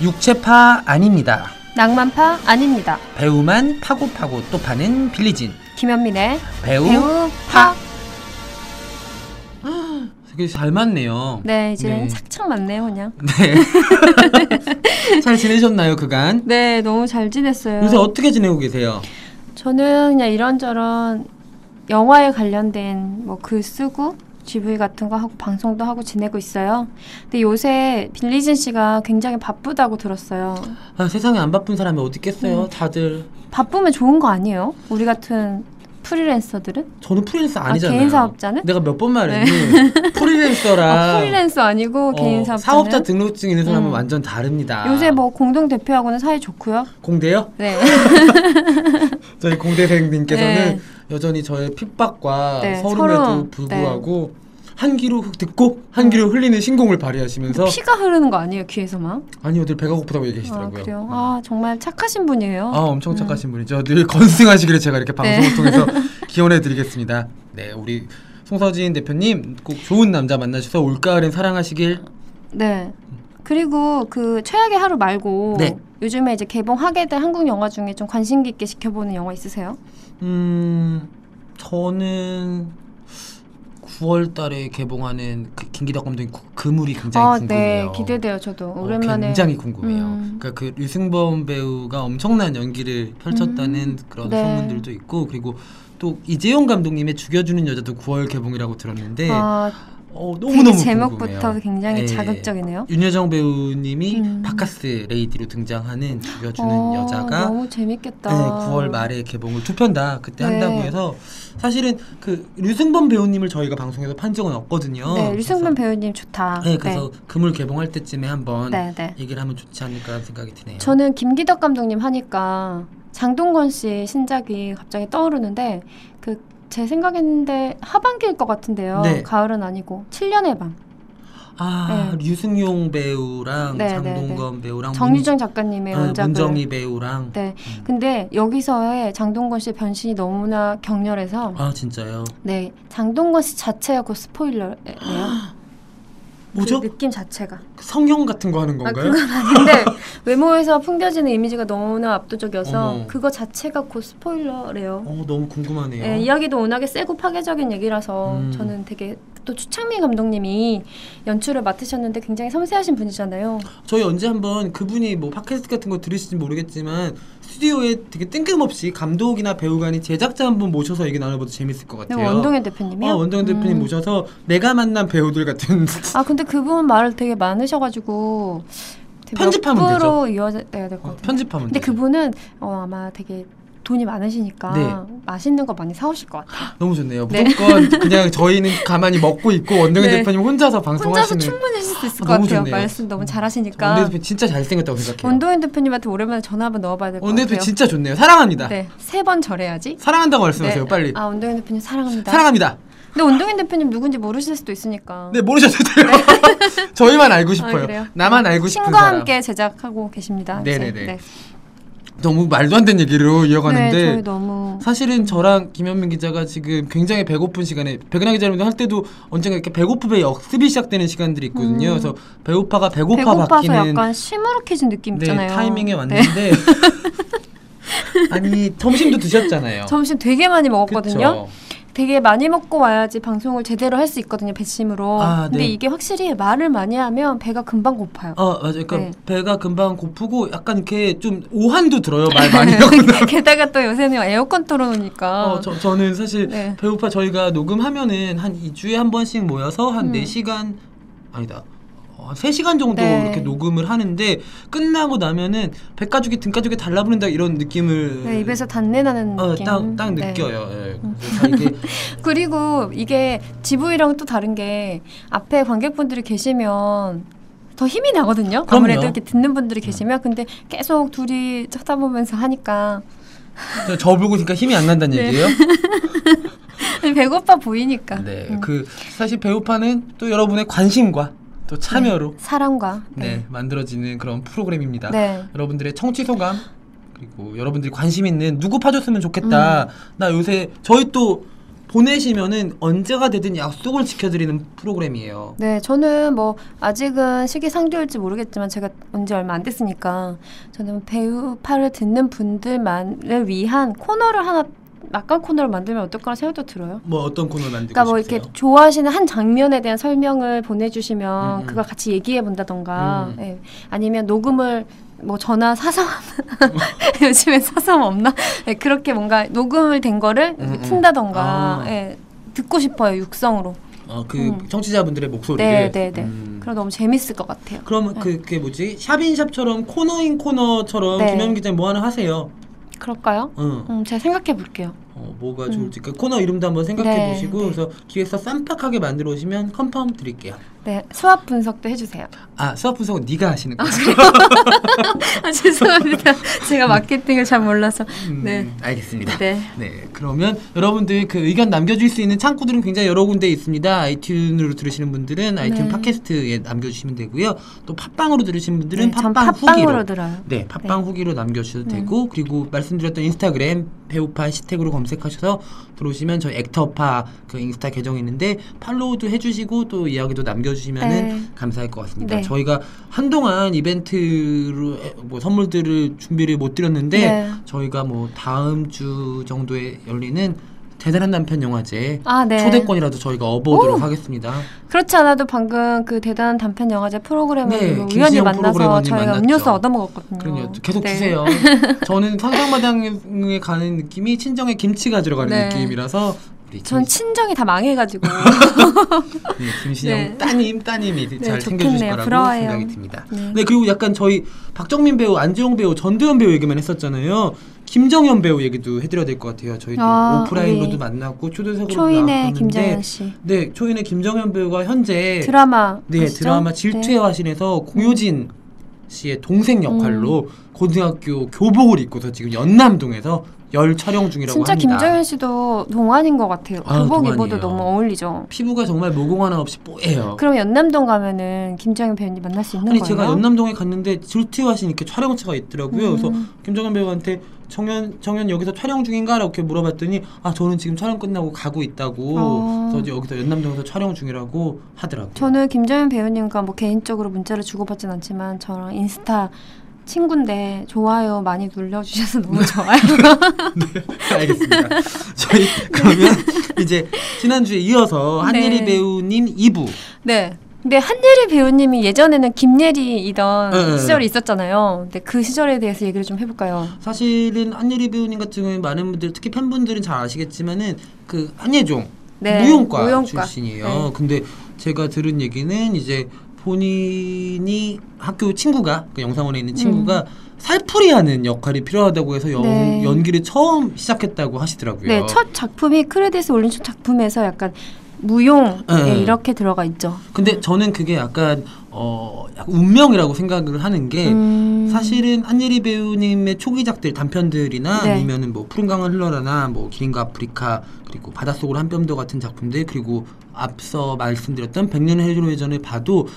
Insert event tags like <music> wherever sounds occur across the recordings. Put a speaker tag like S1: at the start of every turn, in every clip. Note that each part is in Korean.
S1: 육체파 아닙니다.
S2: 낭만파 아닙니다.
S1: 배우만 파고 파고 또 파는 빌리진
S2: 김현민의
S1: 배우,
S2: 배우파.
S1: 되게 잘 맞네요.
S2: 네, 이제
S1: 네.
S2: 착착 맞네요, 그냥.
S1: 네. 잘 지내셨나요 그간?
S2: 네, 너무 잘 지냈어요.
S1: 요새 어떻게 지내고 계세요?
S2: 저는 그냥 이런저런 영화에 관련된 뭐 글 쓰고 GV 같은 거 하고 방송도 하고 지내고 있어요. 근데 요새 빌리진 씨가 굉장히 바쁘다고 들었어요.
S1: 아, 세상에 안 바쁜 사람이 어디
S2: 음.
S1: 있겠어요? 다들
S2: 바쁘면 좋은 거 아니에요? 우리 같은 프리랜서들은?
S1: 저는 프리랜서 아니잖아요.
S2: 개인 사업자는? 네.
S1: 내가 몇 번 말했니? <laughs> 프리랜서랑
S2: 아, 프리랜서 아니고
S1: 어,
S2: 개인 사업자는?
S1: 사업자 등록증 있는 사람은
S2: 음.
S1: 완전 다릅니다.
S2: 요새 뭐 공동 대표하고는 사이 좋고요.
S1: 공대요?
S2: 네.
S1: 저희 공대생님께서는
S2: 네.
S1: 여전히 저의 핍박과
S2: 네,
S1: 서름에도
S2: 서름. 네.
S1: 불구하고 한기로 듣고 한기로 흘리는 신공을 발휘하시면서
S2: <laughs> 피가 흐르는 거 아니에요 귀에서만?
S1: 아니요, 늘 배가 고프다고
S2: 아
S1: 얘기하시더라고요. 음.
S2: 그래요? 아 정말 착하신 분이에요.
S1: 아, 엄청 착하신 분이죠. 늘 <laughs> 건승하시기를 제가 이렇게
S2: 네.
S1: 방송을 통해서
S2: <laughs>
S1: 기원해드리겠습니다. 네, 우리 송서진 대표님 꼭 좋은 남자 만나셔서 올가을엔 사랑하시길.
S2: 네. 그리고 그 최악의 하루 말고
S1: 네.
S2: 요즘에 이제 개봉하게 된 한국 영화 중에 좀 관심 깊게 지켜보는 영화 있으세요?
S1: 음, 저는 9월달에 개봉하는 그 김기덕 감독의 구- 그물이 굉장히
S2: 아,
S1: 궁금해요.
S2: 네, 기대돼요. 저도
S1: 어,
S2: 오랜만에
S1: 굉장히 궁금해요.
S2: 음.
S1: 그러니까 그 류승범 배우가 엄청난 연기를 펼쳤다는
S2: 음.
S1: 그런
S2: 네.
S1: 소문들도 있고 그리고 또 이재용 감독님의 죽여주는 여자도 9월 개봉이라고 들었는데
S2: 아,
S1: 어,
S2: 되게
S1: 너무 너무
S2: 제목부터
S1: 궁금해요.
S2: 굉장히
S1: 예.
S2: 자극적이네요.
S1: 윤여정 배우님이
S2: 음.
S1: 바카스 레이디로 등장하는 죽여주는
S2: 어,
S1: 여자가
S2: 너무
S1: 네,
S2: 재밌겠다.
S1: 9월 말에 개봉을 두 편 다 그때
S2: 네.
S1: 한다고 해서 사실은 그 류승범 배우님을 저희가 방송에서 판 적은 없거든요.
S2: 네,
S1: 그래서-
S2: 류승범 배우님 좋다.
S1: 네, 그래서 그물 개봉할 때쯤에 한번
S2: 네, 네.
S1: 얘기를 하면 좋지 않을까 하는 생각이 드네요.
S2: 저는 김기덕 감독님 하니까 장동건 씨 신작이 갑자기 떠오르는데 그 제 생각인데 하반기일 것 같은데요.
S1: 네.
S2: 가을은 아니고 7년의 밤.
S1: 아 류승용 배우랑
S2: 네,
S1: 장동건 배우랑
S2: 정유정 작가님의
S1: 아, 문,
S2: 원작을.
S1: 문정희 배우랑
S2: 네.
S1: 음.
S2: 근데 여기서의 장동건 씨의 변신이 너무나 격렬해서
S1: 아 진짜요?
S2: 네 장동건 씨 자체가 곧 스포일러예요.
S1: <gasps> 뭐죠?
S2: 그 느낌 자체가.
S1: 성형 같은 거 하는
S2: 아
S1: 건가요?
S2: 그건 아닌데 외모에서 풍겨지는 이미지가 너무나 압도적이어서
S1: 어머.
S2: 그거 자체가 곧 스포일러래요.
S1: 어 너무 궁금하네요.
S2: 예, 이야기도 워낙에 세고 파괴적인 얘기라서
S1: 음.
S2: 저는 되게 또 추창민 감독님이 연출을 맡으셨는데 굉장히 섬세하신 분이잖아요.
S1: 저희 언제 한번 그분이 뭐 팟캐스트 같은 거 들으실지 모르겠지만 스튜디오에 되게 뜬금없이 감독이나 배우간이 제작자 한 분 모셔서 얘기 나눠봐도 재밌을 것 네, 같아요.
S2: 네, 뭐 원동현 대표님이요.
S1: 어, 원동현 대표님
S2: 음.
S1: 모셔서 내가 만난 배우들 같은 <laughs>
S2: 아 근데 그분 말을 되게 많으셔가지고 되게
S1: 편집하면
S2: 몇 프로 이어져야 될 것
S1: 어,
S2: 같아요.
S1: 편집하면
S2: 근데
S1: 돼.
S2: 그분은 어, 아마 되게 돈이 많으시니까
S1: 네.
S2: 맛있는 거 많이 사오실 것 같아요.
S1: 너무 좋네요.
S2: 네.
S1: 무조건 그냥 저희는 가만히 먹고 있고 원동현
S2: 네.
S1: 대표님 혼자서
S2: 혼자서
S1: 방송하시는
S2: 충분히 하실 수 있을
S1: 아,
S2: 것
S1: 너무
S2: 같아요.
S1: 좋네요.
S2: 말씀 너무
S1: 원동현
S2: 잘하시니까
S1: 대표님 진짜 잘생겼다고 생각해요.
S2: 원동현 대표님한테 오랜만에 전화 한번 넣어봐야 될 것
S1: 원동현
S2: 같아요.
S1: 대표님 진짜 좋네요. 사랑합니다.
S2: 네, 세 번 절해야지.
S1: 사랑한다고 말씀하세요.
S2: 네.
S1: 빨리.
S2: 아 원동현 대표님 사랑합니다.
S1: 사랑합니다.
S2: 근데 원동현 대표님 누군지 모르실 수도 있으니까.
S1: 네 모르셔도 돼요. <laughs> 저희만 알고 싶어요.
S2: 어. 아, 그래요?
S1: 나만 알고 싶은
S2: 신과
S1: 사람.
S2: 함께 제작하고 계십니다. 이제.
S1: 네네네.
S2: 네.
S1: 너무 말도 안 되는 얘기로 이어가는데
S2: 네, 저희 너무
S1: 사실은 저랑 김현민 기자가 지금 굉장히 배고픈 시간에 백은하 기자님도 할 때도 언젠가 이렇게 배고프의 역습이 시작되는 시간들이 있거든요.
S2: 음.
S1: 그래서 배고파가 배고파
S2: 배고파서
S1: 바뀌는
S2: 약간 시무룩해진 느낌
S1: 네,
S2: 있잖아요.
S1: 타이밍에
S2: 네. <laughs>
S1: 왔는데 아니 점심도 드셨잖아요.
S2: 점심 되게 많이 먹었거든요.
S1: 그쵸?
S2: 되게 많이 먹고 와야지 방송을 제대로 할 수 있거든요. 배심으로.
S1: 아,
S2: 근데
S1: 네.
S2: 이게 확실히 말을 많이 하면 배가 금방 고파요.
S1: 아 맞아요. 그러니까
S2: 네.
S1: 배가 금방 고프고 약간 이렇게 좀 오한도 들어요. 말
S2: <laughs>
S1: 많이 하고
S2: 게다가 또 요새는 에어컨 네. 틀어놓으니까.
S1: 어, 저, 저는 사실
S2: 네.
S1: 배우파 저희가 녹음하면은 한 2주에 한 번씩 모여서 한
S2: 음.
S1: 4시간 아니다. 어, 3시간 정도
S2: 네.
S1: 이렇게 녹음을 하는데 끝나고 나면은 백가죽이 등가죽에 달라붙는다 이런 느낌을
S2: 네, 입에서 단내 나는
S1: 어,
S2: 느낌.
S1: 딱, 딱
S2: 네.
S1: 느껴요. 예. 그래서 이게
S2: 그리고 이게 GV랑 또 다른 게 앞에 관객분들이 계시면 더 힘이
S1: 그럼요.
S2: 나거든요. 아무래도 이렇게 듣는 분들이 계시면 근데 계속 둘이 쳐다보면서 하니까 <laughs>
S1: 저- 저 보고 그러니까 힘이 안 난다는
S2: 네. <laughs>
S1: 얘기예요.
S2: 배고파 보이니까.
S1: 네.
S2: 음.
S1: 그 사실 배우파는 또 여러분의 관심과 또 참여로
S2: 사랑과
S1: 네, 만들어지는 그런 프로그램입니다.
S2: 네.
S1: 여러분들의 청취 소감
S2: 음.
S1: 그리고 여러분들이 관심 있는 누구 파줬으면 좋겠다. 나 요새 저희 또 보내시면은 언제가 되든 약속을 지켜드리는 프로그램이에요.
S2: 네, 저는 뭐 아직은 시기상조일지 모르겠지만 제가 온 지 얼마 안 됐으니까 저는 배우파를 듣는 분들만을 위한 코너를 하나 막간 코너를 만들면 어떨까 생각도 들어요.
S1: 뭐 어떤 코너 만들고
S2: 그러니까 뭐
S1: 싶으세요?
S2: 이렇게 좋아하시는 한 장면에 대한 설명을 보내주시면
S1: 음, 음.
S2: 그걸 같이 얘기해 본다던가
S1: 음.
S2: 예. 아니면 녹음을 뭐 전화 사서 <laughs> 요즘에 사서 없나 예, 그렇게 뭔가 녹음을 된 거를
S1: 음, 음.
S2: 푼다던가
S1: 아.
S2: 예, 듣고 싶어요 육성으로
S1: 어, 그
S2: 음.
S1: 청취자분들의 목소리를.
S2: 네, 네, 네.
S1: 음.
S2: 그럼 네. 너무 재밌을 것 같아요.
S1: 그럼 그- 그게 뭐지? 샵인샵처럼 코너인 코너처럼
S2: 네.
S1: 김현 기자님 뭐 하나 하세요.
S2: 그럴까요?
S1: 응.
S2: 음, 제가 생각해 볼게요.
S1: 어, 뭐가
S2: 음.
S1: 좋을지 그 코너 이름도 한번 생각해
S2: 네,
S1: 보시고
S2: 네.
S1: 그래서 기획사 쌈팍하게 만들어 오시면 컨펌 드릴게요.
S2: 네, 수학 분석도 해주세요. <laughs>
S1: 아 수학 분석은 네가 하시는 거죠?
S2: 아, 죄송합니다. 제가 마케팅을
S1: <laughs>
S2: 잘 몰라서.
S1: 음,
S2: 네.
S1: 알겠습니다.
S2: 네.
S1: 네, 그러면 여러분들 그 의견 남겨줄 수 있는 창구들은 굉장히 여러 군데 있습니다. 아이튠으로 들으시는 분들은 아이튠
S2: 네.
S1: 팟캐스트에 남겨주시면 되고요. 또 팟빵으로 들으시는 분들은
S2: 네, 전
S1: 팟빵 후기로
S2: 팟빵으로 들어요.
S1: 네, 팟빵 후기로 남겨주셔도
S2: 네.
S1: 되고 그리고 말씀드렸던 인스타그램 배우파 시태그로 검색하셔서 들어오시면 저희 액터파 그 인스타 계정이 있는데 팔로우도 해주시고 또 이야기도 남겨주시면은
S2: 네.
S1: 감사할 것 같습니다.
S2: 네.
S1: 저희가 한동안 이벤트로 에- 뭐 선물들을 준비를 못 드렸는데
S2: 네.
S1: 저희가 뭐 다음 주 정도에 열리는 대단한 남편 영화제
S2: 아, 네.
S1: 초대권이라도 저희가 업어오도록 하겠습니다.
S2: 그렇지 않아도 방금 그 대단한 단편 영화제 프로그램을
S1: 네,
S2: 뭐
S1: 김신영
S2: 우연히 만나서
S1: 프로그래머님
S2: 저희가
S1: 만났죠.
S2: 음료수 얻어먹었거든요.
S1: 그럼요. 계속
S2: 네. <laughs>
S1: 주세요. 저는 상상마당에 가는 느낌이 친정에 김치 가지러 가는
S2: 네.
S1: 느낌이라서 우리 김,
S2: 전 친정이 다
S1: <laughs>
S2: 망해가지고.
S1: 네, 김신영
S2: 네.
S1: 따님 따님이 잘 챙겨주실
S2: 좋겠네요.
S1: 거라고
S2: 부러워요.
S1: 생각이 듭니다.
S2: 네.
S1: 네 그리고 약간 저희 박정민 배우, 안지용 배우, 전두현 배우 얘기만 했었잖아요. 김정현 배우 얘기도 해드려야 될 것 같아요. 저희 도
S2: 아,
S1: 오프라인으로도
S2: 우리
S1: 만났고 초대석으로도
S2: 초인의
S1: 나왔었는데
S2: 김정현 씨.
S1: 네 초인의 김정현 배우가 현재
S2: 드라마.
S1: 네
S2: 아시죠? 음.
S1: 드라마 질투의 화신에서 공효진 씨의 동생 역할로 고등학교 교복을 입고서 지금 연남동에서 열 촬영 중이라고
S2: 진짜
S1: 합니다.
S2: 김정현 씨도 동안인 것 같아요.
S1: 아,
S2: 교복
S1: 동안이에요.
S2: 입어도 너무 어울리죠.
S1: 피부가 정말 모공 하나 없이 뽀예요.
S2: 그럼 연남동 가면은 김정현 배우님 만날 수 있는
S1: 아니
S2: 거예요?
S1: 제가 연남동에 갔는데 질투의 화신 이렇게 촬영차가 있더라고요.
S2: 음.
S1: 그래서 김정현 배우한테 정현 정현 여기서 촬영 중인가? 이렇게 물어봤더니 아 저는 지금 촬영 끝나고 가고 있다고.
S2: 어.
S1: 그래서 이제 여기서 연남동에서 촬영 중이라고 하더라고요.
S2: 저는 김정현 배우님과 뭐 개인적으로 문자를 주고받진 않지만 저랑 인스타 친구인데 좋아요 많이 눌러주셔서 너무 좋아요.
S1: <laughs> 알겠습니다. 저희 그러면 이제 지난주에 이어서 한예리
S2: 네.
S1: 배우님 2부
S2: 네. 근데 한예리 배우님이 예전에는 김예리이던
S1: 네, 네, 네.
S2: 시절이 있었잖아요. 근데 그 시절에 대해서 얘기를 좀 해볼까요?
S1: 사실은 한예리 배우님 같은 경우에 많은 분들 특히 팬분들은 잘 아시겠지만은 그 한예종
S2: 네,
S1: 무용과,
S2: 무용과.
S1: 출신이에요.
S2: 네.
S1: 근데 제가 들은 얘기는 이제 본인이 학교 친구가 그 영상원에 있는 친구가 살풀이하는 역할이 필요하다고 해서 연,
S2: 음. 네.
S1: 연기를 처음 시작했다고 하시더라고요.
S2: 네, 첫 작품이 크레딧에 올린 첫 작품에서 약간 무용
S1: 네, 네.
S2: 예, 이렇게 들어가 있죠.
S1: 근데 저는 그게 약간 어 약간 운명이라고 생각을 하는 게
S2: 음,
S1: 네, 사실은 한예리 배우님의 초기작들 단편들이나
S2: 네.
S1: 아니면은 뭐 푸른 강을 흘러라나 뭐 기린과 아프리카 그리고 바닷속으로 한 뼘더 같은 작품들 그리고 앞서 말씀드렸던 백년의 해로회전을 봐도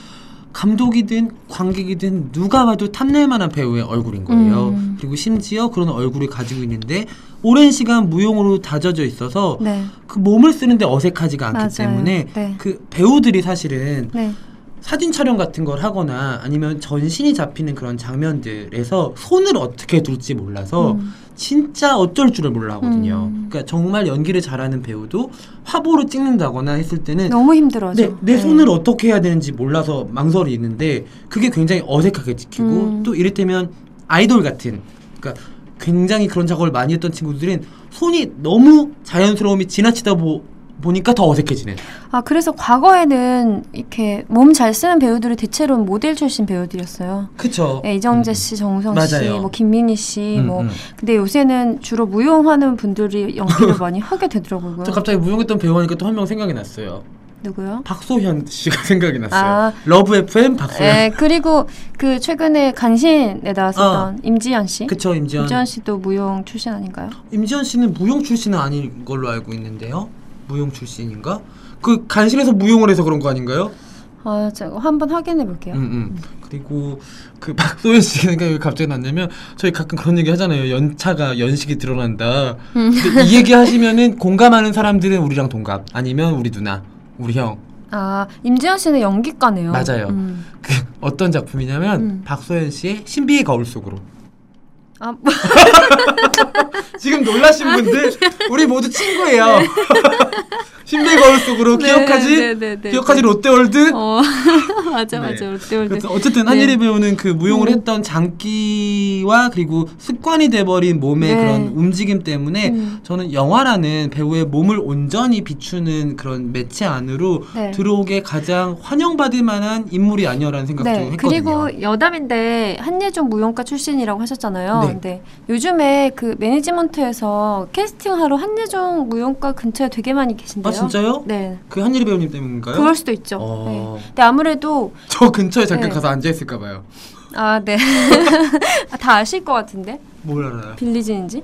S1: 감독이든 관객이든 누가 봐도 탐낼 만한 배우의 얼굴인 거예요.
S2: 음.
S1: 그리고 심지어 그런 얼굴을 가지고 있는데 오랜 시간 무용으로 다져져 있어서
S2: 네,
S1: 그 몸을 쓰는데 어색하지가 않기
S2: 맞아요.
S1: 때문에
S2: 네.
S1: 그 배우들이 사실은
S2: 네.
S1: 사진 촬영 같은 걸 하거나 아니면 전신이 잡히는 그런 장면들에서 손을 어떻게 둘지 몰라서
S2: 음.
S1: 진짜 어쩔 줄을 몰라 하거든요.
S2: 음.
S1: 그러니까 정말 연기를 잘하는 배우도 화보를 찍는다거나 했을 때는
S2: 너무 힘들어죠.
S1: 네.
S2: 네.
S1: 내, 내 손을 어떻게 해야 되는지 몰라서 망설이 있는데 그게 굉장히 어색하게 찍히고
S2: 음.
S1: 또 이를테면 아이돌 같은 그러니까 굉장히 그런 작업을 많이 했던 친구들은 손이 너무 자연스러움이 지나치다 보, 보니까 더 어색해지는
S2: 아 그래서 과거에는 이렇게 몸 잘 쓰는 배우들이 대체로 모델 출신 배우들이었어요.
S1: 그쵸?
S2: 예, 이정재
S1: 음.
S2: 씨, 정우성 씨,
S1: 맞아요.
S2: 뭐 김민희 씨,
S1: 음,
S2: 뭐
S1: 음.
S2: 근데 요새는 주로 무용하는
S1: <laughs>
S2: 분들이 연기를 많이 하게 되더라고요.
S1: 저 갑자기 무용했던 배우 하니까 또 한 명 생각이 났어요.
S2: 누구요?
S1: 박소현 씨가 <laughs> 생각이 났어요.
S2: 아.
S1: 러브 FM 박소현.
S2: 예, 그리고 그 최근에 간신에 나왔었던 임지연 씨,
S1: 어. 그쵸 임지연.
S2: 네. 임지연 씨도 무용 출신 아닌가요?
S1: 임지연 씨는 무용 출신은 아닌 걸로 알고 있는데요. 무용 출신인가? 그 간신해서 무용을 해서 그런 거 아닌가요?
S2: 아, 제가 한번 확인해 볼게요.
S1: 음, 음. 그리고 그 <laughs> 박소연 씨 생각이 갑자기 났냐면 저희 가끔 그런 얘기 하잖아요. 연차가 연식이 드러난다.
S2: 음.
S1: 근데 이 얘기 하시면은 공감하는 사람들은 우리랑 동갑 아니면 우리 누나, 우리 형.
S2: 아, 임지현 씨는 연기과네요.
S1: 맞아요.
S2: 음.
S1: 그 어떤 작품이냐면
S2: 음.
S1: 박소연 씨의 신비의 거울 속으로.
S2: 아, 뭐,
S1: 지금 놀라신 분들 우리 모두 친구예요. <laughs> 신비의 거울 속으로
S2: 네,
S1: 기억하지?
S2: 네, 네, 네,
S1: 기억하지
S2: 네.
S1: 롯데월드?
S2: 어, <laughs> 맞아, 맞아.
S1: 네.
S2: 롯데월드.
S1: 그래서 어쨌든
S2: 네.
S1: 한예리 배우는 그 무용을
S2: 음.
S1: 했던 장기와 그리고 습관이 돼버린 몸의
S2: 네.
S1: 그런 움직임 때문에
S2: 음.
S1: 저는 영화라는 배우의 몸을 온전히 비추는 그런 매체 안으로
S2: 네.
S1: 들어오게 가장 환영받을 만한 인물이 아니어라는 생각도
S2: 네,
S1: 했거든요.
S2: 그리고 여담인데 한예종 무용과 출신이라고 하셨잖아요.
S1: 네.
S2: 근데 요즘에 그 매니지먼트에서 캐스팅하러 한예종 무용과 근처에 되게 많이 계신데요.
S1: 아 진짜요?
S2: 네,
S1: 그 한예리 배우님 때문인가요?
S2: 그럴 수도 있죠. 네.
S1: 어...
S2: 근데 아무래도
S1: 저 근처에 잠깐
S2: 네.
S1: 가서 앉아 있을까 봐요.
S2: 아, 네. <laughs> 아, 다 아실 것 같은데
S1: 뭘 알아요?
S2: 빌리진인지.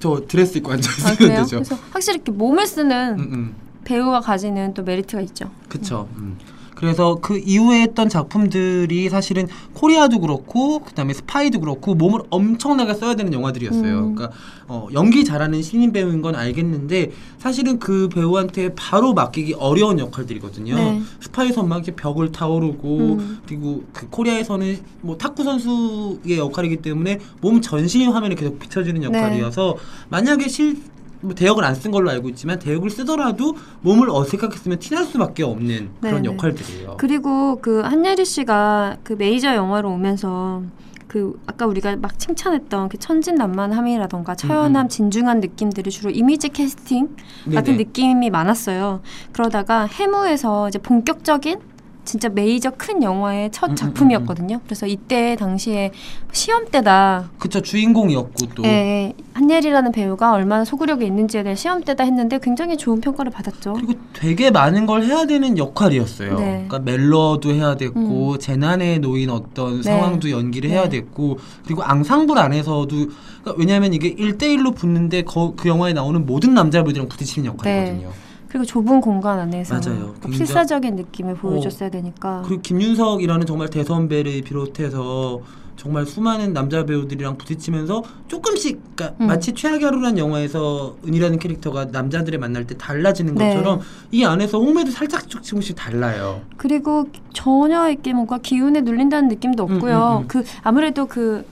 S1: 저 드레스 입고 앉아
S2: 아,
S1: 있으면
S2: 그래요?
S1: 되죠.
S2: 그래서 확실히 이렇게 몸을 쓰는
S1: 음, 음.
S2: 배우가 가지는 또 메리트가 있죠.
S1: 그쵸. 음. 그래서 그 이후에 했던 작품들이 사실은 코리아도 그렇고 그다음에 스파이도 그렇고 몸을 엄청나게 써야 되는 영화들이었어요.
S2: 음.
S1: 그러니까 어, 연기 잘하는 신인 배우인 건 알겠는데 사실은 그 배우한테 바로 맡기기 어려운 역할들이거든요.
S2: 네.
S1: 스파이에서 막 이렇게 벽을 타오르고
S2: 음.
S1: 그리고 그 코리아에서는 뭐 탁구 선수의 역할이기 때문에 몸 전신이 화면에 계속 비춰지는
S2: 네.
S1: 역할이어서 만약에 실 뭐 대역을 안 쓴 걸로 알고 있지만 대역을 쓰더라도 몸을 어색하게 쓰면 티날 수밖에 없는 그런
S2: 네네.
S1: 역할들이에요.
S2: 그리고 그 한예리 씨가 그 메이저 영화로 오면서 그 아까 우리가 막 칭찬했던 그 천진난만함이라던가
S1: 음,
S2: 처연함
S1: 음.
S2: 진중한 느낌들이 주로 이미지 캐스팅 같은
S1: 네네.
S2: 느낌이 많았어요. 그러다가 해무에서 이제 본격적인 진짜 메이저 큰
S1: 음,
S2: 영화의
S1: 음,
S2: 첫
S1: 음,
S2: 작품이었거든요. 그래서 이때 당시에 시험 때다.
S1: 그쵸 주인공이었고 또
S2: 예, 한예리라는 배우가 얼마나 소구력이 있는지에 대한 시험 때다 했는데 굉장히 좋은 평가를 받았죠.
S1: 그리고 되게 많은 걸 해야 되는 역할이었어요.
S2: 네. 음.
S1: 그러니까 멜로도 해야 됐고 재난에 놓인 어떤
S2: 네.
S1: 상황도 연기를 해야
S2: 네.
S1: 됐고 그리고 앙상블 안에서도 그러니까 왜냐하면 이게 1대1로 붙는데 거- 그 영화에 나오는 모든 남자 배우들이랑 부딪히는
S2: 네.
S1: 역할이거든요.
S2: 그리고 좁은 공간 안에서
S1: 맞아요.
S2: 그러니까
S1: 굉장히-
S2: 필사적인 느낌을 보여줬어야 되니까.
S1: 그리고 김윤석이라는 정말 대선배를 비롯해서 정말 수많은 남자 배우들이랑 부딪히면서 조금씩 그러니까
S2: 음.
S1: 마치 최악의 하루란 영화에서 은이라는 캐릭터가 남자들을 만날 때 달라지는
S2: 네.
S1: 것처럼 이 안에서 홍매도 살짝 조금씩 달라요.
S2: 그리고 전혀 이렇게 뭔가 기운에 눌린다는 느낌도
S1: 음,
S2: 없고요.
S1: 음, 음.
S2: 그 아무래도 그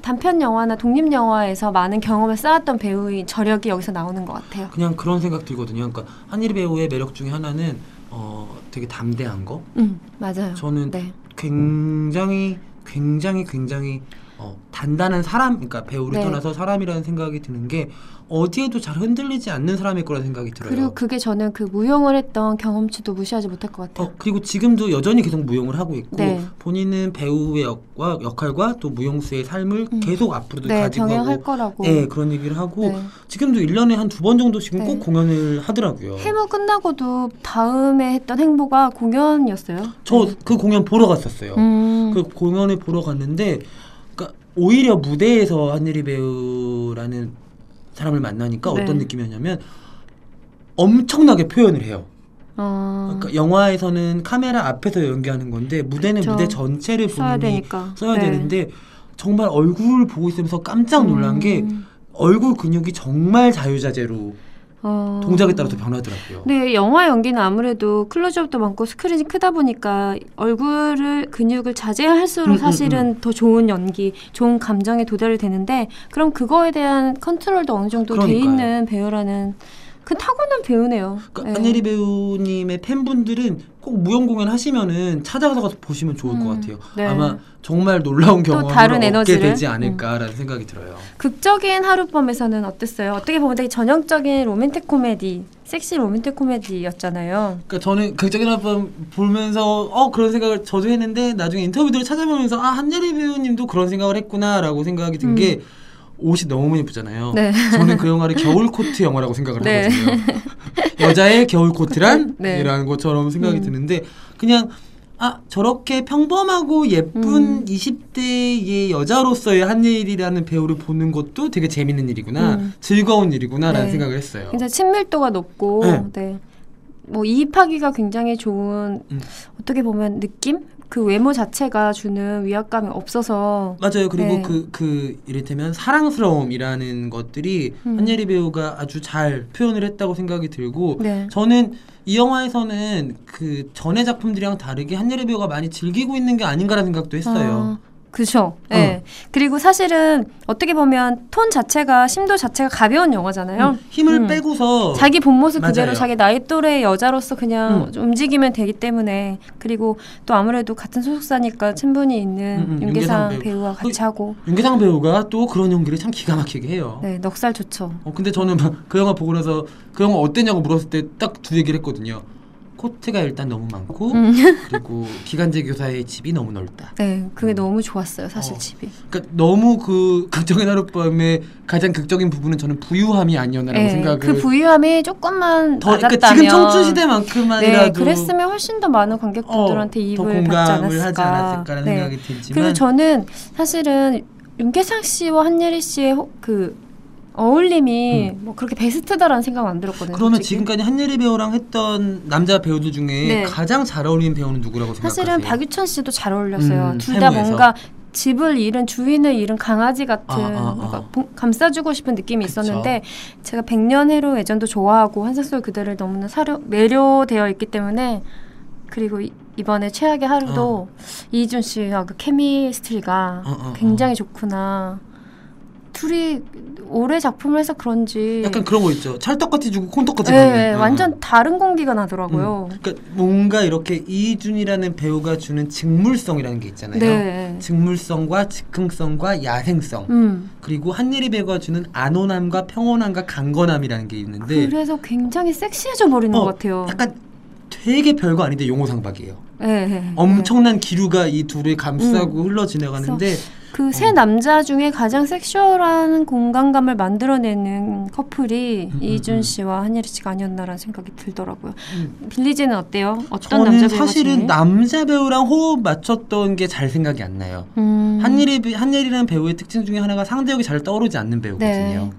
S2: 단편 영화나 독립 영화에서 많은 경험을 쌓았던 배우의 저력이 여기서 나오는 것 같아요.
S1: 그냥 그런 생각 들거든요. 그러니까 한일 배우의 매력 중에 하나는 어 되게 담대한 거.
S2: 음 맞아요.
S1: 저는
S2: 네.
S1: 굉장히 굉장히 굉장히 어, 단단한 사람, 그러니까 배우를
S2: 네.
S1: 떠나서 사람이라는 생각이 드는 게 어디에도 잘 흔들리지 않는 사람일 거라는 생각이 들어요.
S2: 그리고 그게 저는 그 무용을 했던 경험치도 무시하지 못할 것 같아요.
S1: 어, 그리고 지금도 여전히 계속 무용을 하고 있고
S2: 네.
S1: 본인은 배우의 역과 역할과 또 무용수의 삶을
S2: 음.
S1: 계속 앞으로도
S2: 네,
S1: 가지고
S2: 병행할
S1: 하고
S2: 거라고.
S1: 네, 그런 얘기를 하고
S2: 네.
S1: 지금도 1년에 한 두 번 정도씩은
S2: 네.
S1: 꼭 공연을 하더라고요.
S2: 해무 끝나고도 다음에 했던 행보가 공연이었어요.
S1: 저
S2: 네.
S1: 그 공연 보러 갔었어요.
S2: 음.
S1: 그 공연을 보러 갔는데 그러니까 오히려 무대에서 한예리 배우라는 사람을 만나니까
S2: 네.
S1: 어떤 느낌이었냐면 엄청나게 표현을 해요.
S2: 어,
S1: 그러니까 영화에서는 카메라 앞에서 연기하는 건데 무대는
S2: 그쵸.
S1: 무대 전체를
S2: 써야
S1: 보니
S2: 되니까
S1: 써야
S2: 네.
S1: 되는데 정말 얼굴 보고 있으면서 깜짝 놀란 게
S2: 음.
S1: 얼굴 근육이 정말 자유자재로
S2: 어. 네.
S1: 동작에 따라서 변하더라고요.
S2: 근데 영화 연기는 아무래도 클로즈업도 많고 스크린이 크다 보니까 얼굴을 근육을 자제할수록
S1: 음, 음,
S2: 사실은 더 좋은 연기, 좋은 감정에 도달이 되는데 그럼 그거에 대한 컨트롤도 어느 정도 돼
S1: 그러니까요.
S2: 있는 배우라는 그 타고난 배우네요.
S1: 그러니까
S2: 네.
S1: 안예리 배우님의 팬분들은 꼭 무용 공연 하시면은 찾아가서 보시면 좋을 것
S2: 음,
S1: 같아요.
S2: 네.
S1: 아마 정말 놀라운
S2: 또
S1: 경험을
S2: 다른
S1: 얻게
S2: 에너지를? 음.
S1: 되지 않을까라는 생각이 들어요.
S2: 극적인 하룻밤에서는 어땠어요? 어떻게 보면 되게 전형적인 로맨틱 코미디, 섹시 로맨틱 코미디였잖아요.
S1: 그러니까 저는 극적인 아픔 보면서 어 그런 생각을 저도 했는데 나중에 인터뷰들을 찾아보면서 아 한예리 배우님도 그런 생각을 했구나라고 생각이 든 게 옷이 너무 예쁘잖아요.
S2: 음. 네.
S1: 저는 그 영화를 겨울 코트 영화라고 생각을
S2: 네.
S1: 하거든요.
S2: <laughs>
S1: 여자의 겨울 코트란
S2: 네.
S1: 이라는 것처럼 생각이
S2: 음.
S1: 드는데 그냥 아 저렇게 평범하고 예쁜
S2: 음.
S1: 20대의 여자로서의 한예일이라는 배우를 보는 것도 되게 재밌는 일이구나
S2: 음.
S1: 즐거운 일이구나라는
S2: 네.
S1: 생각을 했어요.
S2: 굉장히 친밀도가 높고
S1: 네.
S2: 네. 뭐 이입하기가 굉장히 좋은
S1: 음.
S2: 어떻게 보면 느낌 그 외모 자체가 주는 위압감이 없어서
S1: 맞아요. 그리고
S2: 네.
S1: 그 그 이를테면 사랑스러움이라는 것들이
S2: 음.
S1: 한예리 배우가 아주 잘 표현을 했다고 생각이 들고
S2: 네
S1: 저는 이 영화에서는 그 전의 작품들이랑 다르게 한예리 배우가 많이 즐기고 있는 게 아닌가라는 생각도 했어요. 음.
S2: 아, 그죠. 예. 그리고 사실은 어떻게 보면 톤 자체가 심도 자체가 가벼운 영화잖아요.
S1: 음, 힘을
S2: 음.
S1: 빼고서
S2: 자기 본 모습 그대로
S1: 맞아요.
S2: 자기 나이 또래 여자로서 그냥
S1: 음.
S2: 좀 움직이면 되기 때문에 그리고 또 아무래도 같은 소속사니까 친분이 있는
S1: 음, 음,
S2: 윤계상
S1: 윤계상 배우. 그
S2: 배우와 같이 하고
S1: 윤계상 배우가 또 그런 연기를 참 기가 막히게 해요.
S2: 네 넉살 좋죠.
S1: 어, 근데 저는 막그 영화 보고 나서 그 영화 어땠냐고 물었을 때 딱 두 얘기를 했거든요. 코트가 일단 너무 많고
S2: 음. <laughs>
S1: 그리고 기간제 교사의 집이 너무 넓다.
S2: 네 그게 너무 좋았어요 사실
S1: 음. 어.
S2: 집이.
S1: 그러니까 너무 그 극적인 하룻밤의 가장 극적인 부분은 저는 부유함이 아니었나라고
S2: 예,
S1: 생각을
S2: 그 부유함이 조금만
S1: 더 그러니까
S2: 낮았다면
S1: 지금 청춘 시대만큼만이라도
S2: 네 그랬으면 훨씬 더 많은 관객분들한테
S1: 어, 더
S2: 이입을 받지
S1: 공감을 하지
S2: 않았을까.
S1: 않았을까라는
S2: 네.
S1: 생각이
S2: 그리고
S1: 들지만
S2: 저는 사실은 윤계상 씨와 한예리 씨의 호- 그 어울림이 뭐 그렇게 베스트다라는 생각은 안 들었거든요.
S1: 음. 그러면
S2: 솔직히.
S1: 지금까지 한예리 배우랑 했던 남자 배우들 중에
S2: 네.
S1: 가장 잘 어울리는 배우는 누구라고 생각하세요?
S2: 사실은 박유천 씨도 잘 어울렸어요.
S1: 음,
S2: 둘 다
S1: 세무에서.
S2: 뭔가 집을 잃은 주인을 잃은 강아지 같은
S1: 아, 아, 아.
S2: 뭔가 봉- 감싸주고 싶은 느낌이
S1: 그쵸.
S2: 있었는데 제가 백년 해로 예전도 좋아하고 환상 속 그대를 너무나 사려 매료되어 있기 때문에 그리고 이, 번에 최악의 하루도 이준 씨와 그 케미스트리가
S1: 어, 어, 어.
S2: 굉장히 좋구나. 둘이 오래 작품을 해서 그런지
S1: 약간 그런 거 있죠. 찰떡같이 주고 콩떡같이
S2: 예,
S1: 받는.
S2: 예,
S1: 어.
S2: 완전 다른 공기가 나더라고요.
S1: 그러니까 뭔가 이렇게 이준이라는 배우가 주는 직물성이라는 게 있잖아요.
S2: 네.
S1: 직물성과 즉흥성과 야생성
S2: 음.
S1: 그리고 한예리 배우가 주는 안온함과 평온함과 강건함이라는 게 있는데
S2: 그래서 굉장히 섹시해져 버리는
S1: 네. 어,
S2: 것 같아요.
S1: 약간 되게 별거 아닌데 용호상박이에요.
S2: 예, 예,
S1: 엄청난 기류가 이 둘을 감싸고
S2: 음.
S1: 흘러 지나가는데
S2: 그세
S1: 어.
S2: 남자 중에 가장 섹슈얼한 공간감을 만들어내는 커플이
S1: 음, 음.
S2: 이준 씨와 한예리 씨가 아니었나라는 생각이 들더라고요.
S1: 음.
S2: 빌리지는 어때요? 어떤 남자
S1: 저는
S2: 배우가
S1: 사실은
S2: 제일?
S1: 남자 배우랑 호흡 맞췄던 게 잘 생각이 안 나요.
S2: 음,
S1: 한예리 배- 한예리라는 배우의 특징 중에 하나가 상대역이 잘 떠오르지 않는 배우거든요.
S2: 네.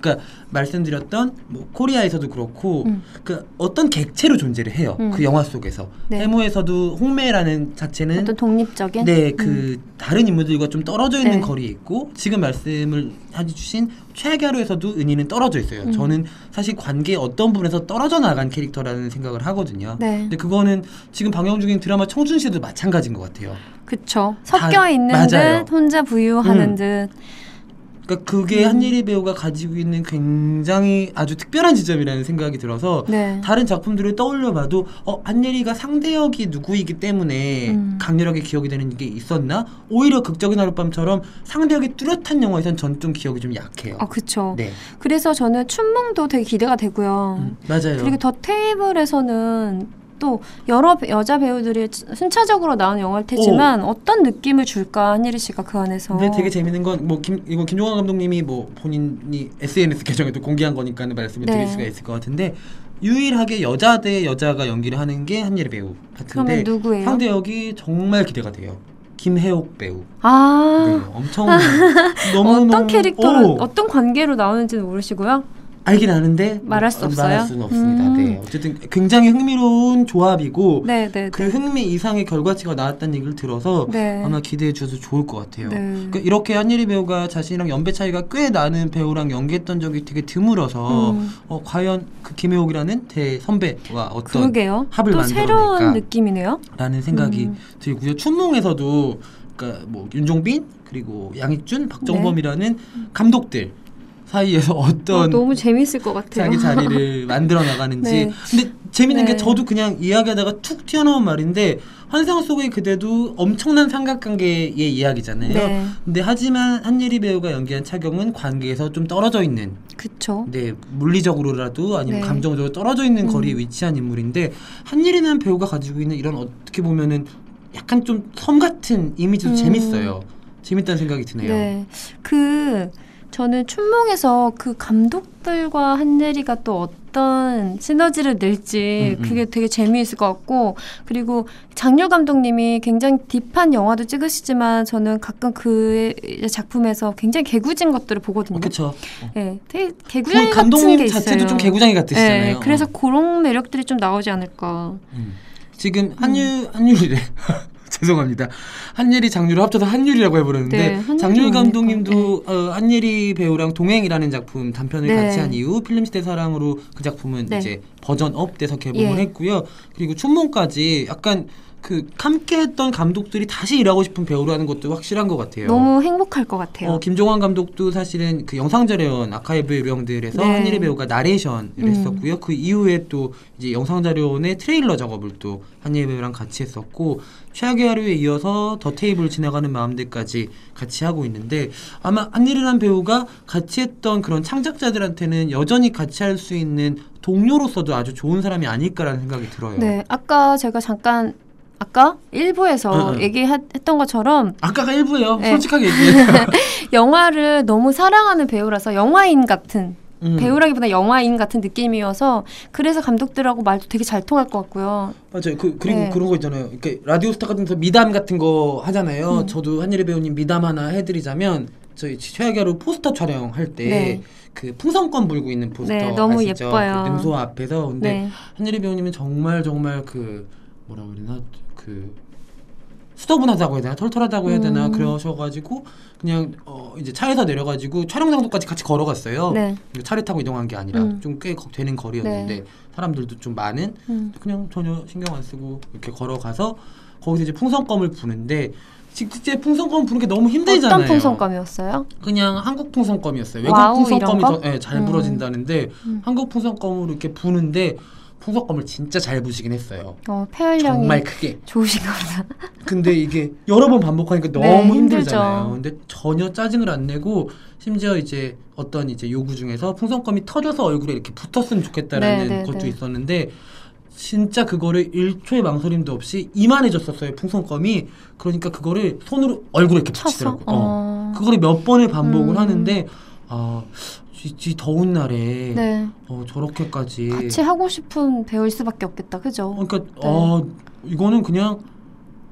S1: 그러니까 말씀드렸던 뭐 코리아에서도 그렇고
S2: 음.
S1: 그 어떤 객체로 존재를 해요.
S2: 음.
S1: 그 영화 속에서
S2: 네.
S1: 해무에서도 홍매라는 자체는
S2: 어떤 독립적인
S1: 네, 그 다른 인물들과 좀 떨어져 있는
S2: 음. 네.
S1: 거리에 있고 지금 말씀을 해주신 최악의 하루에서도 은희는 떨어져 있어요.
S2: 음.
S1: 저는 사실 관계 어떤 부분에서 떨어져 나간 캐릭터라는 생각을 하거든요.
S2: 네.
S1: 근데 그거는 지금 방영 중인 드라마 청춘시대도 마찬가지인 것 같아요.
S2: 그쵸
S1: 다-
S2: 섞여 있는
S1: 맞아요.
S2: 듯 혼자 부유하는
S1: 음.
S2: 듯
S1: 그러니까 그게
S2: 음.
S1: 한예리 배우가 가지고 있는 굉장히 아주 특별한 지점이라는 생각이 들어서
S2: 네.
S1: 다른 작품들을 떠올려봐도 어 한예리가 상대역이 누구이기 때문에
S2: 음.
S1: 강렬하게 기억이 되는 게 있었나? 오히려 극적인 하룻밤처럼 상대역이 뚜렷한 영화에선 전 좀 기억이 좀 약해요.
S2: 아 그쵸
S1: 네,
S2: 그래서 저는 춘몽도 되게 기대가 되고요
S1: 음, 맞아요.
S2: 어. 그리고 더 테이블에서는 또 여러 배- 여자 배우들이 순차적으로 나온 영화일 테지만 어떤 느낌을 줄까 한예리 씨가 그 안에서
S1: 근데 되게 재밌는 건 뭐 김 이거 김종환 감독님이 뭐 본인이 SNS 계정에도 공개한 거니까는 말씀을
S2: 네.
S1: 드릴 수가 있을 것 같은데 유일하게 여자 대 여자가 연기를 하는 게 한예리 배우
S2: 그러면
S1: 같은데
S2: 누구예요?
S1: 상대역이 정말 기대가 돼요. 김혜옥 배우. 네,
S2: 아 <laughs>
S1: 엄청 너무
S2: 어떤 캐릭터로
S1: 오,
S2: 어떤 관계로 나오는지는 모르시고요
S1: 알긴 아는데
S2: 말할 수
S1: 어,
S2: 없어요?
S1: 말할 수는 없습니다.
S2: 음.
S1: 네, 어쨌든 굉장히 흥미로운 조합이고
S2: 네네
S1: 그 흥미 이상의 결과치가 나왔다는 얘기를 들어서
S2: 네.
S1: 아마 기대해 주셔도 좋을 것 같아요.
S2: 네.
S1: 그러니까 이렇게 한예리 배우가 자신이랑 연배 차이가 꽤 나는 배우랑 연기했던 적이 되게 드물어서
S2: 음.
S1: 어, 과연 그 김혜옥이라는 대 선배와 어떤
S2: 그러게요
S1: 합을
S2: 또 새로운
S1: 만들어낼까?
S2: 느낌이네요
S1: 라는 생각이
S2: 음.
S1: 들고요. 춘몽에서도 그러니까 뭐 윤종빈 그리고
S2: 네.
S1: 양익준, 박정범이라는 감독들 사이에서
S2: 어,
S1: 어떤
S2: 너무 재밌을 것 같아요
S1: 자기 자리를 만들어 나가는지.
S2: 네.
S1: 근데 재밌는
S2: 네.
S1: 게 저도 그냥 이야기하다가 툭 튀어나온 말인데 환상 속의 그대도 엄청난 삼각관계의 이야기잖아요.
S2: 네
S1: 근데 하지만 한예리 배우가 연기한 차경은 관계에서 좀 떨어져 있는,
S2: 그쵸
S1: 네 물리적으로라도 아니면
S2: 네.
S1: 감정적으로 떨어져 있는
S2: 음.
S1: 거리에 위치한 인물인데 한예리는 배우가 가지고 있는 이런 어떻게 보면은 약간 좀 섬 같은 이미지도
S2: 음.
S1: 재밌어요. 재밌다는 생각이 드네요.
S2: 네. 그 저는 춘몽에서 그 감독들과 한예리가 또 어떤 시너지를 낼지
S1: 음, 음.
S2: 그게 되게 재미있을 것 같고 그리고 장률 감독님이 굉장히 딥한 영화도 찍으시지만 저는 가끔 그 작품에서 굉장히 개구진 것들을 보거든요.
S1: 어, 그렇죠.
S2: 예, 되게 개구쟁이 같은 게
S1: 감독님
S2: 있어요.
S1: 자체도 좀 개구장이 같으시잖아요.
S2: 예, 그래서
S1: 어.
S2: 그런 매력들이 좀 나오지 않을까.
S1: 음. 지금 한유 한유리래. <laughs> 죄송합니다. 한예리 장유를 합쳐서 한유리라고
S2: 네,
S1: 해버렸는데
S2: 한유리
S1: 장유
S2: 맞네요.
S1: 감독님도 어, 한예리 배우랑 동행이라는 작품 단편을
S2: 네.
S1: 같이 한 이후 필름시대 사랑으로 그 작품은
S2: 네.
S1: 이제 버전업 돼서 개봉을
S2: 예.
S1: 했고요. 그리고 춘몽까지 약간 그 함께했던 감독들이 다시 일하고 싶은 배우라는 것도 확실한 것 같아요.
S2: 너무 행복할 것 같아요.
S1: 어, 김종환 감독도 사실은 그 영상자료원 아카이브 유령들에서
S2: 네.
S1: 한일의 배우가 나레이션을
S2: 음.
S1: 했었고요. 그 이후에 또 이제 영상자료원의 트레일러 작업을 또 한일의 배우랑 같이 했었고 최악의 하루에 이어서 더 테이블 지나가는 마음들까지 같이 하고 있는데 아마 한일이란 배우가 같이 했던 그런 창작자들한테는 여전히 같이 할 수 있는 동료로서도 아주 좋은 사람이 아닐까라는 생각이 들어요.
S2: 네, 아까 제가 잠깐 아까 일부에서
S1: 응, 응.
S2: 얘기했던 것처럼
S1: 아까가 일부예요.
S2: 네.
S1: 솔직하게
S2: <laughs>
S1: 얘기해.
S2: 영화를 너무 사랑하는 배우라서 영화인 같은
S1: 음.
S2: 배우라기보다 영화인 같은 느낌이어서 그래서 감독들하고 말도 되게 잘 통할 것 같고요.
S1: 맞아요. 그 그리고
S2: 네.
S1: 그런 거 있잖아요. 이렇게 라디오 스타 같은 데서 미담 같은 거 하잖아요.
S2: 음.
S1: 저도 한예리 배우님 미담 하나 해드리자면 저희 최악의 하루 포스터 촬영할 때 그
S2: 네.
S1: 풍선권 불고 있는 포스터
S2: 네, 너무
S1: 아시죠?
S2: 예뻐요.
S1: 그 능소 앞에서 근데
S2: 네.
S1: 한예리 배우님은 정말 정말 그 뭐라 그러나 그 수더분하다고 해야 되나 털털하다고 해야 되나
S2: 음.
S1: 그러셔가지고 그냥 어 이제 차에서 내려가지고 촬영 장소까지 같이 걸어갔어요.
S2: 네.
S1: 차를 타고 이동한 게 아니라
S2: 음. 네.
S1: 좀 꽤 되는 거리였는데 사람들도 좀 많은
S2: 음.
S1: 그냥 전혀 신경 안 쓰고 이렇게 걸어가서 거기서 이제 풍선껌을 부는데 직제 풍선껌 부는 게 너무 힘들잖아요.
S2: 어떤 풍선감이었어요?
S1: 그냥 한국 풍선껌이었어요. 외국
S2: 와우,
S1: 풍선껌이
S2: 이런
S1: 더, 예, 잘
S2: 음.
S1: 부러진다는데
S2: 음.
S1: 한국 풍선껌으로 이렇게 부는데 풍선껌을 진짜 잘 부시긴 했어요.
S2: 어, 폐활량이
S1: 정말 크게.
S2: 좋으신가
S1: <laughs>
S2: 보다.
S1: 근데 이게 여러 번 반복하니까 너무
S2: 네,
S1: 힘들잖아요.
S2: 힘들죠.
S1: 근데 전혀 짜증을 안 내고 심지어 이제 어떤 이제 요구 중에서 풍선껌이 터져서 얼굴에 이렇게 붙었으면 좋겠다라는
S2: 네, 네,
S1: 것도
S2: 네.
S1: 있었는데 진짜 그거를 1초의 망설임도 없이 이만해졌었어요. 풍선껌이 그러니까 그거를 손으로 얼굴에 이렇게
S2: 쳤어.
S1: 붙이더라고요. 어.
S2: 어.
S1: 그거를 몇 번을 반복을
S2: 음.
S1: 하는데 아, 이, 이 더운 날에
S2: 네.
S1: 어, 저렇게까지
S2: 같이 하고 싶은 배우일 수밖에 없겠다. 그죠?
S1: 그러니까 아 이거는 그냥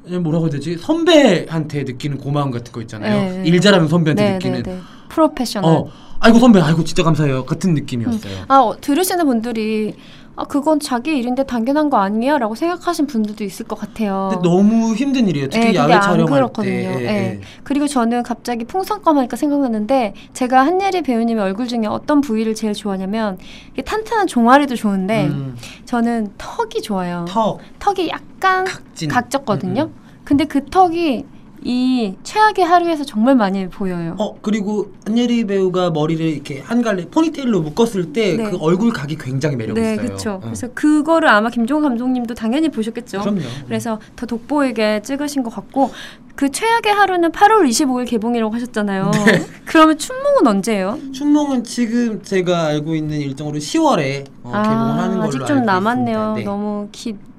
S1: 그냥 뭐라고 해야 되지 선배한테 느끼는 고마움 같은 거 있잖아요
S2: 네, 네.
S1: 일 잘하는 선배한테
S2: 네, 네,
S1: 느끼는
S2: 네. 프로페셔널.
S1: 어 아이고 선배 아이고 진짜 감사해요 같은 느낌이었어요
S2: 아 어, 들으시는 분들이 아 그건 자기 일인데 당연한 거 아니야라고 생각하신 분들도 있을 것 같아요.
S1: 근데 너무 힘든 일이에요 특히
S2: 네,
S1: 야외
S2: 근데 안
S1: 촬영할 때
S2: 그렇거든요.
S1: 예,
S2: 네. 그리고 저는 갑자기 풍선껌 하니까 생각났는데 제가 한예리 배우님의 얼굴 중에 어떤 부위를 제일 좋아하냐면 이게 탄탄한 종아리도 좋은데
S1: 음,
S2: 저는 턱이 좋아요.
S1: 턱
S2: 턱이 약간
S1: 각진
S2: 각졌거든요.
S1: 음,
S2: 근데 그 턱이 이 최악의 하루에서 정말 많이 보여요.
S1: 어 그리고 안예리 배우가 머리를 이렇게 한 갈래 포니테일로 묶었을 때 그
S2: 네.
S1: 얼굴 각이 굉장히 매력
S2: 네,
S1: 있어요
S2: 그렇죠.
S1: 응.
S2: 그래서 그거를 아마 김종우 감독님도 당연히 보셨겠죠.
S1: 그럼요
S2: 그래서 더 돋보이게 찍으신 것 같고 그 최악의 하루는 8월 25일 개봉이라고 하셨잖아요.
S1: 네.
S2: 그러면 춘몽은 언제예요?
S1: 춘몽은 지금 제가 알고 있는 일정으로 10월에 어, 개봉을 하는 걸로
S2: 아직
S1: 알고
S2: 좀 남았네요.
S1: 있습니다. 네.
S2: 너무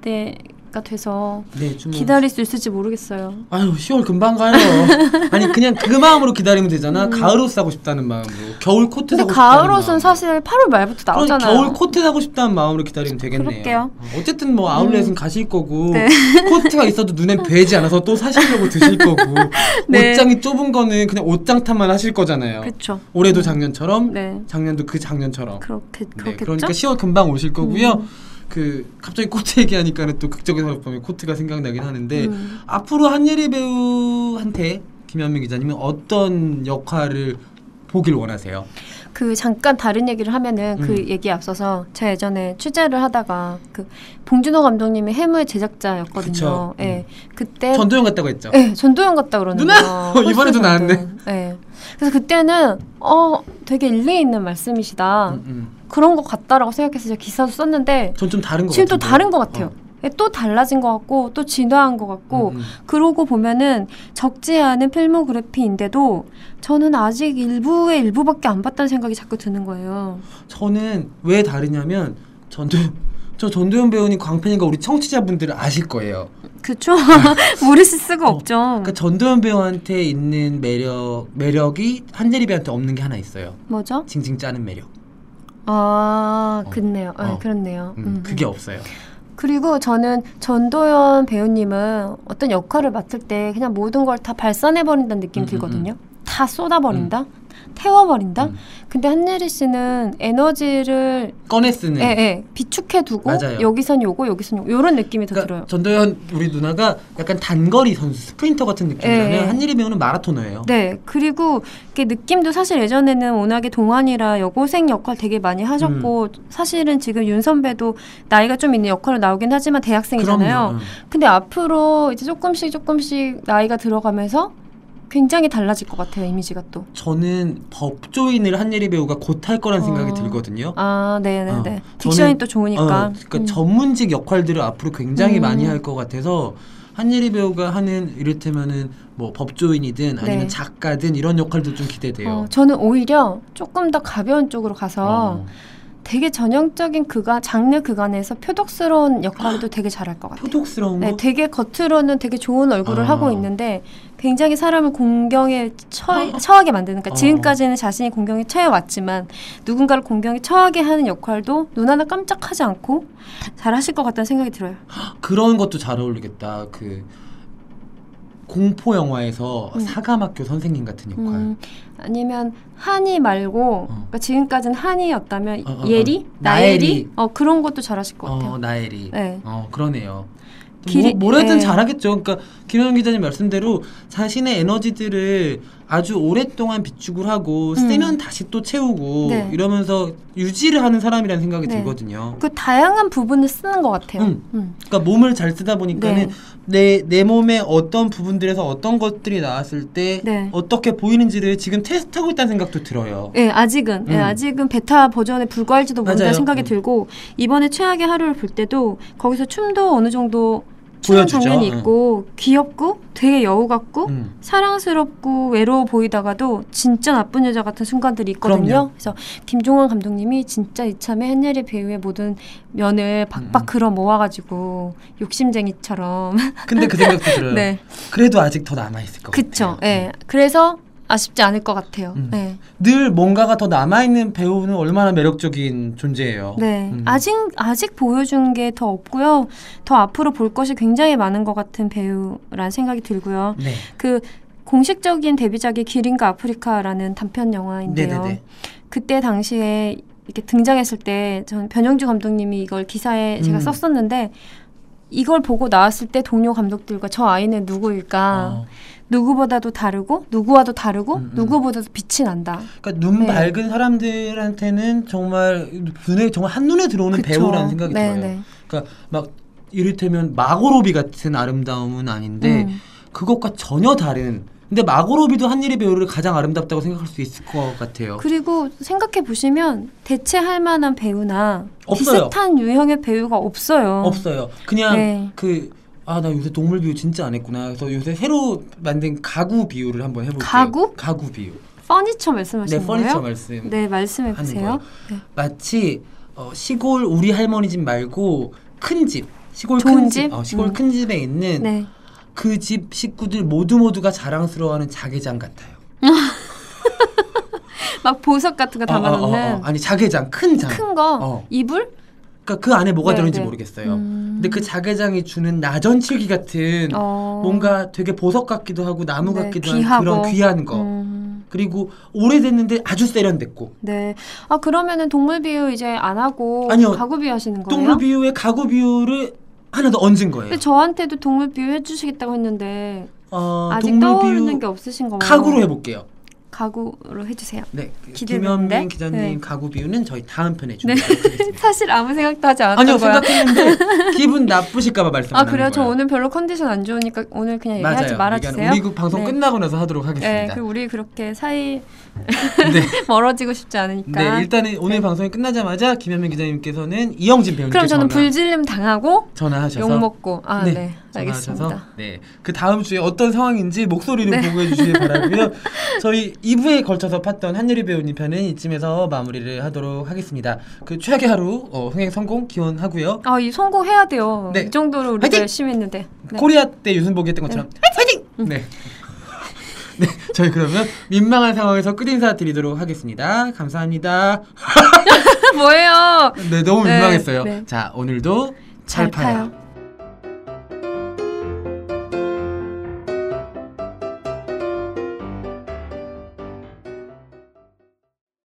S2: 기대가 돼서
S1: 네, 춘몽.
S2: 기다릴 수 있을지 모르겠어요.
S1: 아유 10월 금방
S2: <laughs>
S1: 가요. 아니 그냥 그 마음으로 기다리면 되잖아. 가을옷 사고 싶다는 마음으로. 겨울 코트
S2: 근데
S1: 사고
S2: 가을옷은
S1: 싶다는 마음으로.
S2: 사실 8월 말부터
S1: 그럼
S2: 나오잖아요.
S1: 그러니까 겨울 코트 사고 싶다는 마음으로 기다리면 되겠네요.
S2: 그럴게요. 음. 네.
S1: 어, 어쨌든 뭐 아울렛은 가실 거고 <laughs> 코트가 있어도 눈엔 배지 않아서 또 사시려고 드실 거고
S2: <laughs> 네.
S1: 옷장이 좁은 거는 그냥 옷장탄만 하실 거잖아요.
S2: 그렇죠.
S1: 올해도 작년처럼
S2: 네.
S1: 작년도 그 작년처럼.
S2: 그렇게
S1: 네,
S2: 그렇겠죠. 음.
S1: 그러니까 10월 금방 오실 거고요. 그 갑자기 코트 얘기하니까는 또 극적인 사람 보면 코트가 생각나긴 하는데
S2: 음.
S1: 앞으로 한예리 배우한테 김현민 기자님은 어떤 역할을 보길 원하세요?
S2: 그 잠깐 다른 얘기를 하면은 그
S1: 음.
S2: 얘기에 앞서서 제가 예전에 취재를 하다가 그 봉준호 감독님이 해무의 제작자였거든요.
S1: 그쵸. 음.
S2: 예. 그때
S1: 전도연 같다고 했죠.
S2: 예, 전도연 같다 그러는
S1: 누나!
S2: 거.
S1: <laughs> 이번에도 나왔네.
S2: 예. 그래서 그때는 어 되게 일리 있는 말씀이시다. 그런 것 같다라고 생각해서 제가 기사도 썼는데
S1: 음, 전 좀 다른 것
S2: 지금
S1: 같아요. 어.
S2: 또 다른 것 같아요. 예, 또 달라진 것 같고 또 진화한 것 같고
S1: 음.
S2: 그러고 보면은 적지 않은 필모그래피인데도 저는 아직 일부의 일부밖에 안 봤다는 생각이 자꾸 드는 거예요.
S1: 저는 왜 다르냐면 전도 저 전도연 배우님 광팬이가 우리 청취자분들은 아실 거예요.
S2: 그쵸? <laughs> 모르실 수가 없죠.
S1: 그러니까 전도연 배우한테 있는 매력 매력이 한예리 배우한테 없는 게 하나 있어요.
S2: 뭐죠?
S1: 징징 짜는 매력.
S2: 아,
S1: 어.
S2: 그렇네요. 네,
S1: 어.
S2: 그렇네요.
S1: 음,
S2: 음.
S1: 그게 없어요.
S2: 그리고 저는 전도연 배우님은 어떤 역할을 맡을 때 그냥 모든 걸 다 발산해버린다는
S1: 음,
S2: 느낌이
S1: 음,
S2: 들거든요. 다 쏟아버린다? 태워버린다?
S1: 음.
S2: 근데 한예리 씨는 에너지를
S1: 꺼내 쓰는.
S2: 예, 예, 비축해두고
S1: 네. 맞아요.
S2: 여기선 요거, 여기선 요거 이런 느낌이 더
S1: 그러니까
S2: 들어요.
S1: 전도연 우리 누나가 약간 단거리 선수 스프린터 같은 느낌이라면
S2: 예, 예.
S1: 한일이 배우는 마라토너예요.
S2: 네, 그리고 이게 느낌도 사실 예전에는 워낙에 동안이라 여고생 역할 되게 많이 하셨고
S1: 음.
S2: 사실은 지금 윤 선배도 나이가 좀 있는 역할로 나오긴 하지만 대학생이잖아요.
S1: 그럼요. 음.
S2: 근데 앞으로 이제 조금씩 조금씩 나이가 들어가면서 굉장히 달라질 것 같아요 이미지가 또.
S1: 저는 법조인을 한예리 배우가 곧 할 거란 생각이
S2: 어.
S1: 들거든요.
S2: 아, 네, 네,
S1: 어,
S2: 네.
S1: 저는-
S2: 딕션이 또 좋으니까.
S1: 어, 그러니까
S2: 음.
S1: 전문직 역할들을 앞으로 굉장히
S2: 음.
S1: 많이 할 것 같아서 한예리 배우가 하는 이를테면은 뭐 법조인이든 아니면
S2: 네.
S1: 작가든 이런 역할도 좀 기대돼요.
S2: 어, 저는 오히려 조금 더 가벼운 쪽으로 가서
S1: 어,
S2: 되게 전형적인 그간 장르 그간에서 표독스러운 역할도 되게 잘할 것 같아요.
S1: 표독스러운
S2: 네,
S1: 거.
S2: 되게 겉으로는 되게 좋은 얼굴을
S1: 어.
S2: 하고 있는데 굉장히 사람을 공경에 처,
S1: 어.
S2: 처하게 만드는 그러니까
S1: 어.
S2: 지금까지는 자신이 공경에 처해 왔지만 누군가를 공경에 처하게 하는 역할도 눈 하나 깜짝하지 않고 잘하실 것 같다는 생각이 들어요.
S1: 그런 것도 잘 어울리겠다. 그 공포 영화에서
S2: 음.
S1: 사감학교 선생님 같은 역할.
S2: 음, 아니면 한이 말고 그러니까 지금까지는 한이였다면
S1: 어, 어, 어.
S2: 예리,
S1: 나예리.
S2: 나예리, 어 그런 것도 잘하실 것 같아요.
S1: 어, 나엘이.
S2: 네.
S1: 어, 그러네요.
S2: 길이-
S1: 뭐, 뭐라든
S2: 네.
S1: 잘하겠죠. 그러니까 김현 기자님 말씀대로 자신의 에너지들을 아주 오랫동안 비축을 하고 쓰면 다시 또 채우고
S2: 음. 네.
S1: 이러면서 유지를 하는 사람이라는 생각이
S2: 네.
S1: 들거든요.
S2: 그 다양한 부분을 쓰는 것 같아요.
S1: 음.
S2: 음.
S1: 그러니까 몸을 잘 쓰다 보니까는
S2: 네.
S1: 내, 내 몸의 어떤 부분들에서 어떤 것들이 나왔을 때
S2: 네.
S1: 어떻게 보이는지를 지금 테스트하고 있다는 생각도 들어요.
S2: 예, 아직은 예,
S1: 음.
S2: 아직은 베타 버전에 불과할지도 모른다는
S1: 맞아요.
S2: 생각이
S1: 음.
S2: 들고 이번에 최악의 하루를 볼 때도 거기서 춤도 어느 정도 추는
S1: 보여주죠.
S2: 장면이
S1: 음.
S2: 있고 귀엽고 되게 여우 같고
S1: 음.
S2: 사랑스럽고 외로워 보이다가도 진짜 나쁜 여자 같은 순간들이 있거든요.
S1: 그럼요.
S2: 그래서 김종원 감독님이 진짜 이참에 한예리 배우의 모든 면을 박박
S1: 음.
S2: 걸어 모아가지고 욕심쟁이처럼
S1: 근데 그 생각도 들어요.
S2: <laughs> 네,
S1: 그래도 아직 더 남아 있을 것
S2: 그쵸.
S1: 같아요.
S2: 예, 그래서 아쉽지 않을 것 같아요.
S1: 어, 네. 음.
S2: 네.
S1: 늘 뭔가가 더 남아있는 배우는 얼마나 매력적인 존재예요.
S2: 네.
S1: 음.
S2: 아직, 아직 보여준 게 더 없고요. 더 앞으로 볼 것이 굉장히 많은 것 같은 배우란 생각이 들고요.
S1: 네.
S2: 그 공식적인 데뷔작이 기린과 아프리카라는 단편 영화인데요.
S1: 네네네.
S2: 그때 당시에 이렇게 등장했을 때 전 변영주 감독님이 이걸 기사에 제가
S1: 음.
S2: 썼었는데 이걸 보고 나왔을 때 동료 감독들과 저 아이는 누구일까?
S1: 어,
S2: 누구보다도 다르고 누구와도 다르고
S1: 음, 음.
S2: 누구보다도 빛이 난다.
S1: 그러니까 눈
S2: 네.
S1: 밝은 사람들한테는 정말 눈에 정말 한 눈에 들어오는
S2: 그쵸?
S1: 배우라는 생각이
S2: 네,
S1: 들어요.
S2: 네.
S1: 그러니까 막 이를테면 마고로비 같은 아름다움은 아닌데
S2: 음.
S1: 그것과 전혀 다른. 근데 마고로비도 한예리 배우를 가장 아름답다고 생각할 수 있을 것 같아요.
S2: 그리고 생각해 보시면 대체할 만한 배우나
S1: 없어요.
S2: 비슷한 유형의 배우가 없어요.
S1: 없어요. 그냥
S2: 네.
S1: 그. 아, 나 요새 동물 비유 진짜 안 했구나. 그래서 요새 새로 만든 가구 비유를 한번 해볼게요.
S2: 가구?
S1: 가구 비유.
S2: 퍼니처 말씀하시는
S1: 네, 퍼니처
S2: 거예요?
S1: 말씀.
S2: 네, 말씀해
S1: 하는
S2: 보세요.
S1: 거예요.
S2: 네.
S1: 마치 어, 시골 우리 할머니 집 말고 큰 집, 시골
S2: 좋은
S1: 큰
S2: 집?
S1: 어, 시골
S2: 음.
S1: 큰 집에 있는
S2: 네.
S1: 그 집 식구들 모두 모두가 자랑스러워하는 자개장 같아요.
S2: 막 보석 같은 거그 담아
S1: 어, 어, 어,
S2: 놓는
S1: 어. 아니 자개장 큰 장.
S2: 큰 거,
S1: 어.
S2: 이불?
S1: 그러니까 그 안에 뭐가
S2: 네,
S1: 들어있는지
S2: 네.
S1: 모르겠어요.
S2: 음.
S1: 근데 그 자개장이 주는 나전칠기 같은
S2: 어.
S1: 뭔가 되게 보석 같기도 하고 나무
S2: 네,
S1: 같기도 한
S2: 귀하고.
S1: 그런 귀한 거.
S2: 음.
S1: 그리고 오래됐는데 아주 세련됐고
S2: 네. 아, 그러면은 동물 비유 이제 안 하고
S1: 아니요.
S2: 가구 비유 하시는 거예요?
S1: 동물 비유에 가구 비유를 하나 더 얹은 거예요.
S2: 근데 저한테도 동물 비유 해 주시겠다고 했는데
S1: 어,
S2: 아직
S1: 동물
S2: 떠오르는
S1: 비유
S2: 게 없으신 거예요?
S1: 가구로 해볼게요.
S2: 가구로 해 주세요. <laughs>
S1: 네, 그
S2: 어. 기대되는데?
S1: 김현민 기자님
S2: 네.
S1: 가구 비유는 저희 다음 편에
S2: 네.
S1: 준비하겠습니다.
S2: <laughs> 사실 아무 생각도 하지 않았던
S1: 아니요
S2: 거야.
S1: 생각했는데 기분 나쁘실까봐 말씀
S2: 아
S1: 안 하는
S2: 그래요? 저
S1: 거예요.
S2: 오늘 별로 컨디션 안 좋으니까 오늘 그냥
S1: 맞아요.
S2: 얘기하지 말아주세요.
S1: 그러니까 우리 그 방송
S2: 네.
S1: 끝나고 나서 하도록
S2: 네,
S1: 하겠습니다.
S2: 그 우리 그렇게 사이 <laughs>
S1: 네.
S2: 멀어지고 싶지 않으니까.
S1: 네, 일단은 오늘 방송이 끝나자마자 김현민 기자님께서는 이영진 배우님께
S2: 그럼 저는
S1: 전화,
S2: 불질름 당하고
S1: 전화하셔서
S2: 욕 먹고 아 네,
S1: 전화하셔서
S2: 알겠습니다.
S1: 네, 그 다음 주에 어떤 상황인지 목소리를
S2: 네.
S1: 보고해
S2: <laughs>
S1: 주시길 바라고요. 저희 2부에 걸쳐서 팠던 한유리 배우님 편은 이쯤에서 마무리를 하도록 하겠습니다. 그 최악의 하루 어, 흥행 성공 기원하고요.
S2: 아 이 성공해야 돼요.
S1: 네.
S2: 이 정도로 우리가
S1: 화이팅!
S2: 열심히 했는데. 네.
S1: 코리아 때 유순복이 했던 것처럼 파이팅! 네. 네, <laughs> 저희 그러면 민망한 상황에서 끝인사 드리도록 하겠습니다. 감사합니다.
S2: <laughs> 뭐예요?
S1: 네, 너무
S2: 네,
S1: 민망했어요.
S2: 네.
S1: 자, 오늘도
S2: 잘 파요.